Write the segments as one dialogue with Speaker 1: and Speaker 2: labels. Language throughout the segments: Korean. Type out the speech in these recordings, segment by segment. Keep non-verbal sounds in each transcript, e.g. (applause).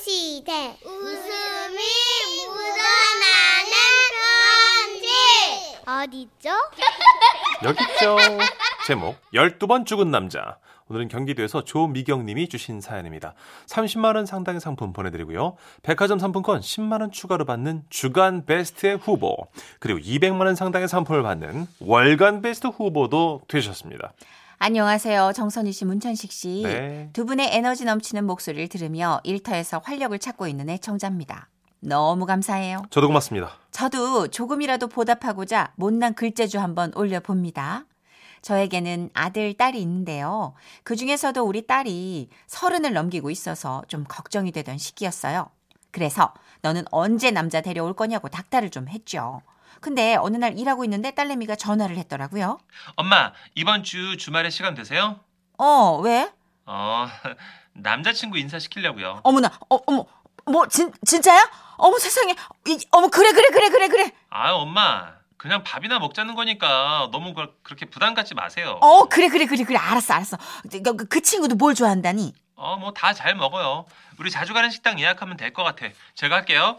Speaker 1: 시대 웃음이 묻어나는 편지 어디죠?
Speaker 2: 여기 있죠. 제목 12번 죽은 남자. 오늘은 경기도에서 조미경 님이 주신 사연입니다. 30만 원 상당의 상품 보내 드리고요. 백화점 상품권 10만 원 추가로 받는 주간 베스트의 후보, 그리고 200만 원 상당의 상품을 받는 월간 베스트 후보도 되셨습니다.
Speaker 3: 안녕하세요. 정선희 씨, 문천식 씨.
Speaker 2: 네.
Speaker 3: 두 분의 에너지 넘치는 목소리를 들으며 일터에서 활력을 찾고 있는 애청자입니다. 너무 감사해요.
Speaker 2: 저도 고맙습니다.
Speaker 3: 저도 조금이라도 보답하고자 못난 글재주 한번 올려봅니다. 저에게는 아들, 딸이 있는데요. 그 중에서도 우리 딸이 서른을 넘기고 있어서 좀 걱정이 되던 시기였어요. 그래서 너는 언제 남자 데려올 거냐고 닥달을 좀 했죠. 근데 어느 날 일하고 있는데 딸내미가 전화를 했더라고요.
Speaker 4: 엄마, 이번 주 주말에 시간 되세요?
Speaker 3: 어, 왜?
Speaker 4: 어, (laughs) 남자친구 인사시키려고요.
Speaker 3: 어머나, 어, 어머, 뭐, 진, 진짜야? 어머 세상에, 이, 어머, 그래, 그래, 그래, 그래, 그래.
Speaker 4: 아, 엄마, 그냥 밥이나 먹자는 거니까 너무 그- 그렇게 부담 갖지 마세요.
Speaker 3: 어, 그래, 그래, 그래, 그래. 알았어, 알았어. 그, 그, 그 친구도 뭘 좋아한다니?
Speaker 4: 어, 뭐 다 잘 먹어요. 우리 자주 가는 식당 예약하면 될 것 같아. 제가 할게요.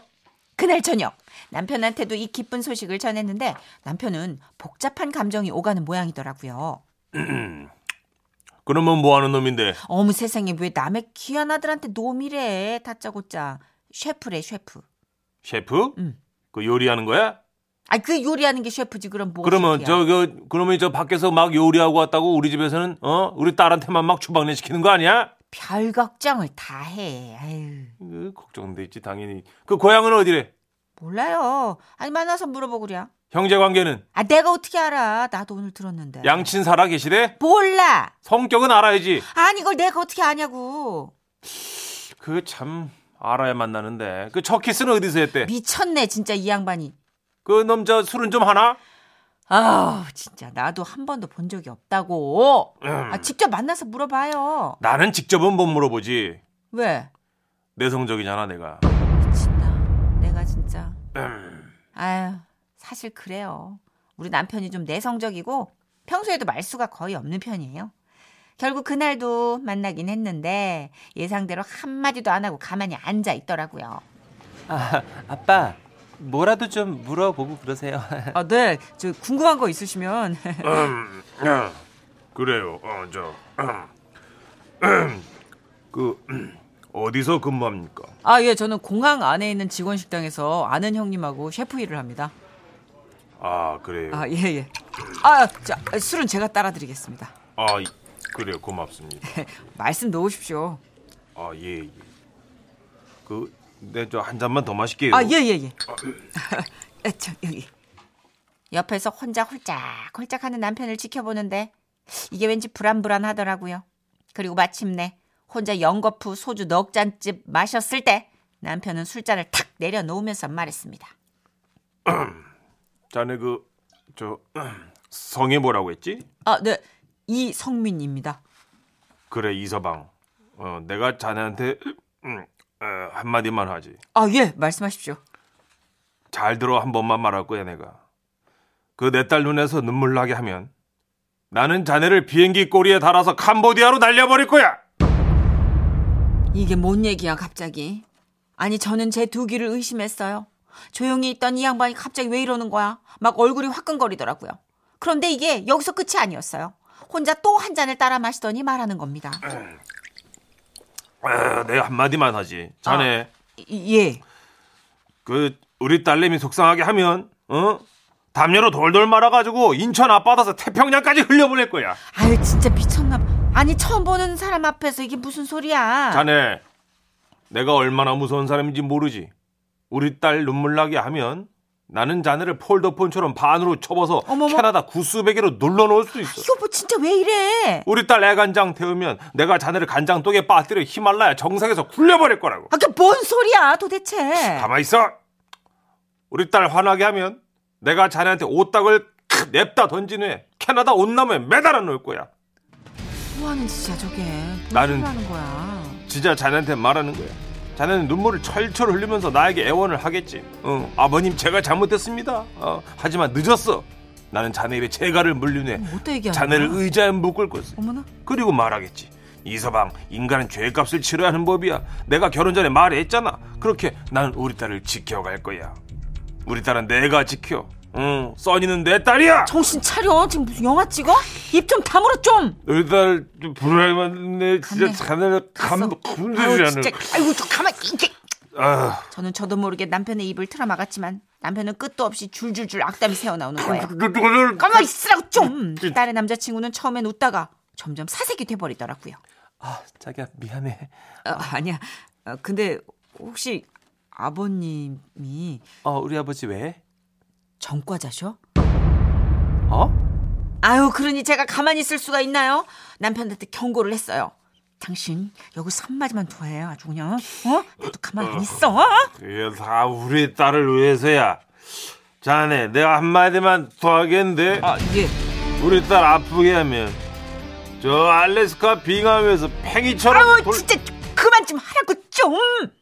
Speaker 3: 그날 저녁 남편한테도 이 기쁜 소식을 전했는데 남편은 복잡한 감정이 오가는 모양이더라고요.
Speaker 2: 그러면 뭐 하는 놈인데?
Speaker 3: 어머 세상에 왜 남의 귀한 아들한테 놈이래 다짜고짜 셰프래 셰프.
Speaker 2: 셰프?
Speaker 3: 음.
Speaker 2: 그 요리하는 거야?
Speaker 3: 아 그 요리하는 게 셰프지 그럼 뭐?
Speaker 2: 그러면
Speaker 3: 셰프야.
Speaker 2: 저 그, 그러면 저 밖에서 막 요리하고 왔다고 우리 집에서는 어? 우리 딸한테만 막 주방일 시키는 거 아니야?
Speaker 3: 별 걱정을 다 해. 아유
Speaker 2: 으, 그 걱정돼 있지 당연히. 그 고향은 어디래?
Speaker 3: 몰라요. 아니 만나서 물어보고 그래.
Speaker 2: 형제 관계는?
Speaker 3: 아 내가 어떻게 알아? 나도 오늘 들었는데.
Speaker 2: 양친 살아 계시대?
Speaker 3: 몰라.
Speaker 2: 성격은 알아야지.
Speaker 3: 아니 이걸 내가 어떻게 아냐고.
Speaker 2: 그 참 알아야 만나는데. 그 첫 키스는 어디서 했대?
Speaker 3: 미쳤네 진짜 이 양반이.
Speaker 2: 그 남자 술은 좀 하나?
Speaker 3: 아 진짜 나도 한 번도 본 적이 없다고. 아, 직접 만나서 물어봐요.
Speaker 2: 나는 직접은 못 물어보지.
Speaker 3: 왜?
Speaker 2: 내성적이잖아 내가. 음.
Speaker 3: 미친다. 내가 진짜. 아유 사실 그래요. 우리 남편이 좀 내성적이고 평소에도 말수가 거의 없는 편이에요. 결국 그날도 만나긴 했는데 예상대로 한마디도 안 하고 가만히 앉아 있더라고요.
Speaker 5: 아, 아빠 뭐라도 좀 물어보고 그러세요. (laughs)
Speaker 3: 아, 네. 저 궁금한 거 있으시면. (laughs)
Speaker 2: 아, 그래요. 어, 저. (clears throat) 그 어디서 근무합니까?
Speaker 3: 아, 예. 저는 공항 안에 있는 직원 식당에서 아는 형님하고 셰프 일을 합니다.
Speaker 2: 아 그래요.
Speaker 3: 아, 예, 예. 아, 자, 술은 제가 따라 드리겠습니다.
Speaker 2: 아 그래요. 고맙습니다.
Speaker 3: 말씀 놓으십시오.
Speaker 2: 아 예. 예. 그네 저 한 잔만 더 마실게요.
Speaker 3: 아, 예, 예, (laughs) 예. 아, 참, 여기. 옆에서 혼자 홀짝홀짝 하는 남편을 지켜보는데 이게 왠지 불안불안하더라고요. 그리고 마침내 혼자 연거푸 소주 넉 잔쯤 마셨을 때 남편은 술잔을 탁 내려놓으면서 말했습니다.
Speaker 2: 자네 그 저 성이 뭐라고 했지?
Speaker 3: 아, 네. 이성민입니다.
Speaker 2: 그래 이서방. 어 내가 자네한테 음, 어, 한마디만 하지.
Speaker 3: 아, 예. 말씀하십시오.
Speaker 2: 잘 들어 한 번만 말할 거야 내가. 그 내 딸 눈에서 눈물 나게 하면 나는 자네를 비행기 꼬리에 달아서 캄보디아로 날려버릴 거야.
Speaker 3: 이게 뭔 얘기야 갑자기 아니 저는 제 두 귀를 의심했어요 조용히 있던 이 양반이 갑자기 왜 이러는 거야 막 얼굴이 화끈거리더라고요 그런데 이게 여기서 끝이 아니었어요 혼자 또 한 잔을 따라 마시더니 말하는 겁니다
Speaker 2: 아, 내가 한마디만 하지. 자네
Speaker 3: 예
Speaker 2: 그 우리 딸내미 속상하게 하면 어? 담요로 돌돌 말아가지고 인천 앞바다에서 태평양까지 흘려보낼 거야.
Speaker 3: 아유 진짜 미쳤나 봐 아니 처음 보는 사람 앞에서 이게 무슨 소리야
Speaker 2: 자네 내가 얼마나 무서운 사람인지 모르지. 우리 딸 눈물 나게 하면 나는 자네를 폴더폰처럼 반으로 접어서
Speaker 3: 어머머.
Speaker 2: 캐나다 구스베개로 눌러놓을 수 있어.
Speaker 3: 이거 뭐 진짜 왜 이래
Speaker 2: 우리 딸 애간장 태우면 내가 자네를 간장독에 빠뜨려 히말라야 정상에서 굴려버릴 거라고.
Speaker 3: 아 그게 뭔 소리야 도대체
Speaker 2: 가만 있어. 우리 딸 화나게 하면 내가 자네한테 옷닥을 크- 냅다 던진 후에 캐나다 온나무에 매달아 놓을 거야.
Speaker 3: 뭐하는 짓이야 저게 무슨
Speaker 2: 나는-
Speaker 3: 소리 하는 거야
Speaker 2: 진짜 자네한테 말하는 거야. 자네는 눈물을 철철 흘리면서 나에게 애원을 하겠지. 어, 아버님 제가 잘못했습니다. 어, 하지만 늦었어. 나는 자네 입에 재갈을 물린 후에
Speaker 3: 못되게 하는
Speaker 2: 자네를
Speaker 3: 뭐 거야?
Speaker 2: 의자에 묶을 것을
Speaker 3: 어머나
Speaker 2: 그리고 말하겠지. 이서방 인간은 죄값을 치러야 하는 법이야 내가 결혼 전에 말했잖아 그렇게 난 우리 딸을 지켜갈 거야 우리 딸은 내가 지켜 응 써니는 내 딸이야
Speaker 3: 정신 차려. 지금 무슨 영화 찍어? 입 좀 다물어 좀.
Speaker 2: 우리 딸 불안한
Speaker 3: 갔네.
Speaker 2: 내 진짜 자네를 감
Speaker 3: 아유,
Speaker 2: 흔들지
Speaker 3: 진짜. 아이고, 저 가만. 이게.
Speaker 2: 아
Speaker 3: 저는 저도 모르게 남편의 입을 틀어막았지만 남편은 끝도 없이 줄줄줄 악담이 새어나오는
Speaker 2: 그,
Speaker 3: 거예요. 가만 있으라고 좀. 딸의 남자친구는 처음엔 웃다가 점점 사색이 돼버리더라고요.
Speaker 5: 아, 자기야 미안해.
Speaker 3: 어, 아니야. 어, 근데 혹시 아버님이
Speaker 5: 어, 우리 아버지 왜?
Speaker 3: 전과자셔?
Speaker 5: 어?
Speaker 3: 아유, 그러니 제가 가만히 있을 수가 있나요? 남편한테 경고를 했어요. 당신 여기 산마지만 두해 아주 그냥 어? 나도 가만 안 있어. 어?
Speaker 2: 이게 다 우리 딸을 위해서야 자네 내가 한마디만 더 하겠는데
Speaker 3: 아, 예.
Speaker 2: 우리 딸 아프게 하면 저 알래스카 빙하면서 팽이처럼
Speaker 3: 아우, 진짜 그만 좀 하라고 좀.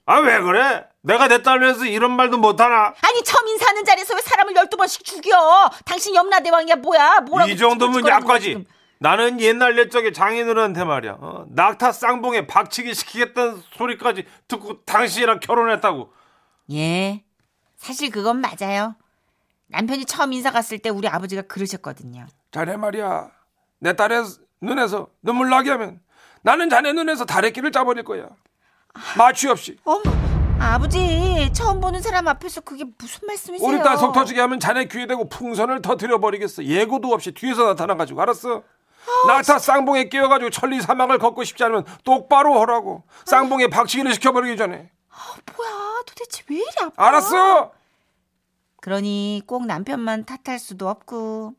Speaker 2: 아 왜 그래? 내가 내 딸 위해서 이런 말도 못하나?
Speaker 3: 아니 처음 인사하는 자리에서 왜 사람을 열두 번씩 죽여? 당신 염라대왕이야 뭐야? 뭐라고
Speaker 2: 이 정도면
Speaker 3: 찌글찌글거리는 거야,
Speaker 2: 약과지
Speaker 3: 지금.
Speaker 2: 나는 옛날 옛적에 장인어른한테 말이야 어, 낙타 쌍봉에 박치기 시키겠다는 소리까지 듣고 당신이랑 결혼했다고
Speaker 3: 예, 사실 그건 맞아요. 남편이 처음 인사 갔을 때 우리 아버지가 그러셨거든요.
Speaker 2: 자네 말이야 내 딸의 눈에서 눈물 나게 하면 나는 자네 눈에서 다래끼를 짜버릴 거야 마취 없이
Speaker 3: 어머, 아버지 처음 보는 사람 앞에서 그게 무슨 말씀이세요?
Speaker 2: 우리 딸 속 터지게 하면 자네 귀에 대고 풍선을 터뜨려 버리겠어. 예고도 없이 뒤에서 나타나가지고 알았어. 낙타 쌍봉에 끼어가지고 천리 사막을 걷고 싶지 않으면 똑바로 하라고. 쌍봉에 박치기를 시켜버리기 전에.
Speaker 3: 어, 뭐야, 도대체 왜 이래 아파?
Speaker 2: 알았어.
Speaker 3: 그러니 꼭 남편만 탓할 수도 없고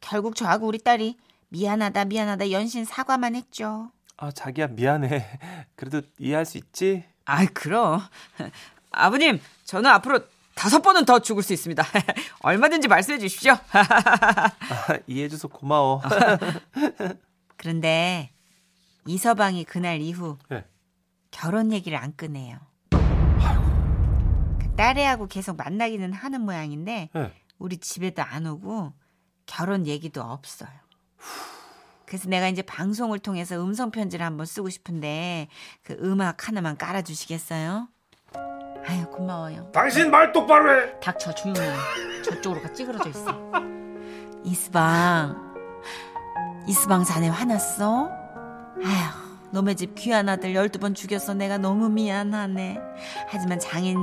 Speaker 3: 결국 저하고 우리 딸이 미안하다 미안하다 연신 사과만 했죠.
Speaker 5: 아, 자기야 미안해. (laughs) 그래도 이해할 수 있지? (laughs)
Speaker 3: 아이 그럼 아버님 저는 앞으로 다섯 번은 더 죽을 수 있습니다. (laughs) 얼마든지 말씀해 주십시오.
Speaker 5: 아, 이해해줘서 고마워.
Speaker 2: 아,
Speaker 3: 그런데 이서방이 그날 이후
Speaker 2: 네.
Speaker 3: 결혼 얘기를 안 꺼내요. 그 딸애하고 계속 만나기는 하는 모양인데
Speaker 2: 네.
Speaker 3: 우리 집에도 안 오고 결혼 얘기도 없어요. 그래서 내가 이제 방송을 통해서 음성 편지를 한번 쓰고 싶은데 그 음악 하나만 깔아주시겠어요? 아유 고마워요.
Speaker 2: 당신 말 똑바로 해.
Speaker 3: 닥쳐 조용히 저쪽으로 가 찌그러져 있어 이스방 이스방 자네 화났어? 아휴 너네 집 귀한 아들 12번 죽여서 내가 너무 미안하네 하지만 장인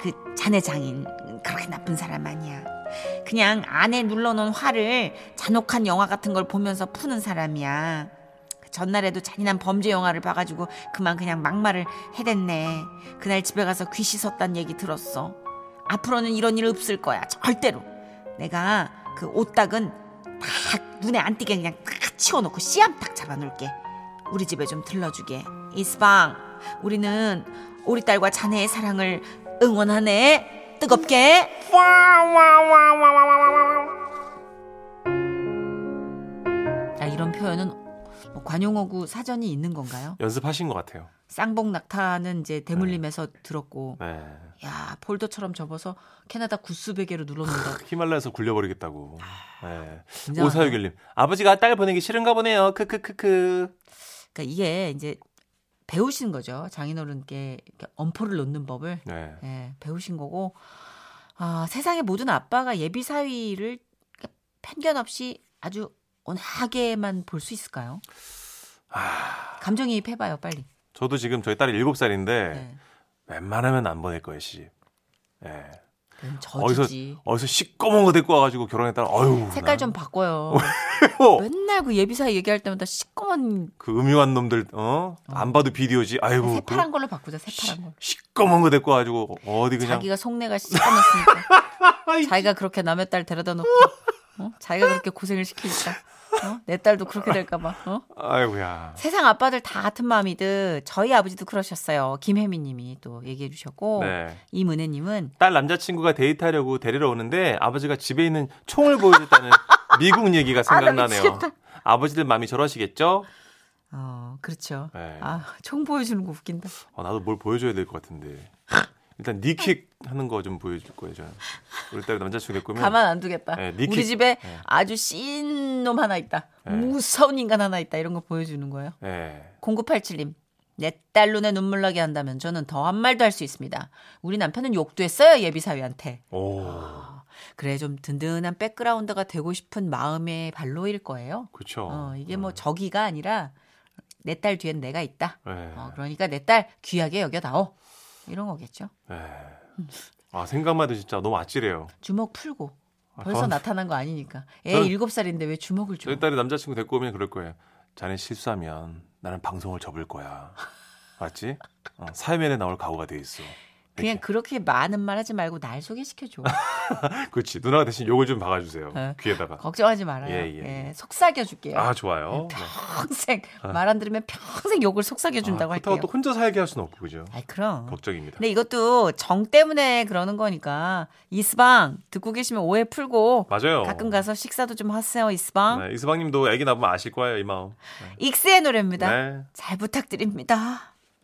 Speaker 3: 그 자네 장인 그렇게 나쁜 사람 아니야 그냥 안에 눌러놓은 화를 잔혹한 영화 같은 걸 보면서 푸는 사람이야 그 전날에도 잔인한 범죄 영화를 봐가지고 그만 그냥 막말을 해댔네 그날 집에 가서 귀 씻었단 얘기 들었어 앞으로는 이런 일 없을 거야 절대로 내가 그 옷닥은 딱 눈에 안 띄게 그냥 딱 치워놓고 씨암딱 잡아놓을게 우리 집에 좀 들러주게 이스방 우리는 우리 딸과 자네의 사랑을 응원하네 뜨겁게 야, 아, 이런 표현은 뭐 관용어구 사전이 있는 건가요?
Speaker 2: 연습하신 것 같아요.
Speaker 3: 쌍봉낙타는 이제 대물림에서 들었고
Speaker 2: 네.
Speaker 3: 야 폴더처럼 접어서 캐나다 구스 베개로 눌러놓는다
Speaker 2: 히말라야에서 굴려버리겠다고.
Speaker 3: 아,
Speaker 2: 네.
Speaker 3: 굉장하다.
Speaker 2: 오사유길님.
Speaker 5: 아버지가 딸 보내기 싫은가 보네요. 크크크크.
Speaker 3: 그러니까 이게 이제 배우신 거죠. 장인어른께 이렇게 엄포를 놓는 법을
Speaker 2: 네.
Speaker 3: 예, 배우신 거고 아, 세상의 모든 아빠가 예비 사위를 이렇게 편견 없이 아주 온하게만 볼 수 있을까요?
Speaker 2: 아.
Speaker 3: 감정이입 해봐요, 빨리.
Speaker 2: 저도 지금 저희 딸이 7살인데
Speaker 3: 네.
Speaker 2: 웬만하면 안 보낼 거예요, 시집. 네.
Speaker 3: 그럼
Speaker 2: 어디서,
Speaker 3: 저지지.
Speaker 2: 어디서 시꺼먼 거 데리고 와가지고 결혼했다가, 어휴.
Speaker 3: 색깔
Speaker 2: 난
Speaker 3: 좀
Speaker 2: (laughs)
Speaker 3: 바꿔요.
Speaker 2: 어.
Speaker 3: 맨날 그 예비 사위 얘기할 때마다 시꺼먼
Speaker 2: 그 음흉한 놈들, 어? 안 봐도 비디오지. 아이고. 그-
Speaker 3: 새파란 걸로 바꾸자. 새파란 걸로.
Speaker 2: 시꺼먼 거 데리고 와가지고 어디 그냥
Speaker 3: 자기가 속내가
Speaker 2: (laughs)
Speaker 3: 시꺼맸으니까 자기가 그렇게 남의 딸 데려다 놓고 어? 자기가 그렇게 고생을 시키니까 어? 내 딸도 그렇게 될까봐 어?
Speaker 2: 아이고야
Speaker 3: 세상 아빠들 다 같은 마음이듯 저희 아버지도 그러셨어요 김혜미님이 또 얘기해 주셨고
Speaker 5: 네.
Speaker 3: 이문혜님은
Speaker 5: 딸 남자친구가 데이트하려고 데리러 오는데 아버지가 집에 있는 총을
Speaker 3: (laughs)
Speaker 5: 보여줬다는 미국 얘기가 생각나네요. 아, 버지들 마음이 저러시겠죠?
Speaker 3: 어 그렇죠
Speaker 2: 네.
Speaker 3: 아 총 보여주는 거 웃긴다
Speaker 2: 어, 나도 뭘 보여줘야 될 것 같은데 일단 니킥 하는 거 좀 보여줄 거예요. 저는 우리 딸 남자친구 될 거면
Speaker 3: 가만 안 두겠다.
Speaker 2: 네, 니킥.
Speaker 3: 우리 집에
Speaker 2: 네.
Speaker 3: 아주 씬 놈 하나 있다.
Speaker 2: 네.
Speaker 3: 무서운 인간 하나 있다. 이런 거 보여주는 거예요.
Speaker 2: 예.
Speaker 3: 0987님. 내 딸 눈에 눈물 나게 한다면 저는 더 한 말도 할 수 있습니다. 우리 남편은 욕도 했어요. 예비사위한테.
Speaker 2: 오.
Speaker 3: 그래 좀 든든한 백그라운드가 되고 싶은 마음의 발로일 거예요.
Speaker 2: 그렇죠.
Speaker 3: 어, 이게 뭐 저기가 아니라 내 딸 뒤엔 내가 있다.
Speaker 2: 예.
Speaker 3: 어, 그러니까 내 딸 귀하게 여겨다오. 이런 거겠죠.
Speaker 2: 예.
Speaker 3: 음.
Speaker 2: 아 생각만 해도 진짜 너무 아찔해요.
Speaker 3: 주먹 풀고.
Speaker 2: 아,
Speaker 3: 벌써
Speaker 2: 가만-
Speaker 3: 나타난 거 아니니까. 애
Speaker 2: 저는-
Speaker 3: 7살인데 왜 주먹을 줘?
Speaker 2: 저희 딸이 남자친구 데리고 오면 그럴 거예요. 자네 실수하면 나는 방송을 접을 거야. 맞지? 어, 사회면에 나올 각오가 돼 있어. 네.
Speaker 3: 그냥 그렇게 많은 말 하지 말고 날
Speaker 2: (laughs)
Speaker 3: 소개시켜줘.
Speaker 2: 그렇지. 누나가 대신 욕을 좀 박아주세요.
Speaker 3: 예.
Speaker 2: 귀에다가.
Speaker 3: 걱정하지 말아요.
Speaker 2: 예, 예.
Speaker 3: 예, 속삭여줄게요.
Speaker 2: 아 좋아요. 네.
Speaker 3: 평생 말 안 들으면 평생 욕을 속삭여준다고
Speaker 2: 아, 그렇다고
Speaker 3: 할게요. 어. 네.
Speaker 2: 또 혼자 살게 할 수는 없고 그죠.
Speaker 3: 아이 그럼.
Speaker 2: 걱정입니다.
Speaker 3: 근데 이것도 정 때문에 그러는 거니까 이스방 듣고 계시면 오해 풀고
Speaker 2: 맞아요.
Speaker 3: 가끔 가서 식사도 좀 하세요 이스방.
Speaker 2: 네, 이수방님도 아기 낳으면 아실 거예요 이 마음.
Speaker 3: 익스의 노래입니다.
Speaker 2: 네.
Speaker 3: 잘 부탁드립니다.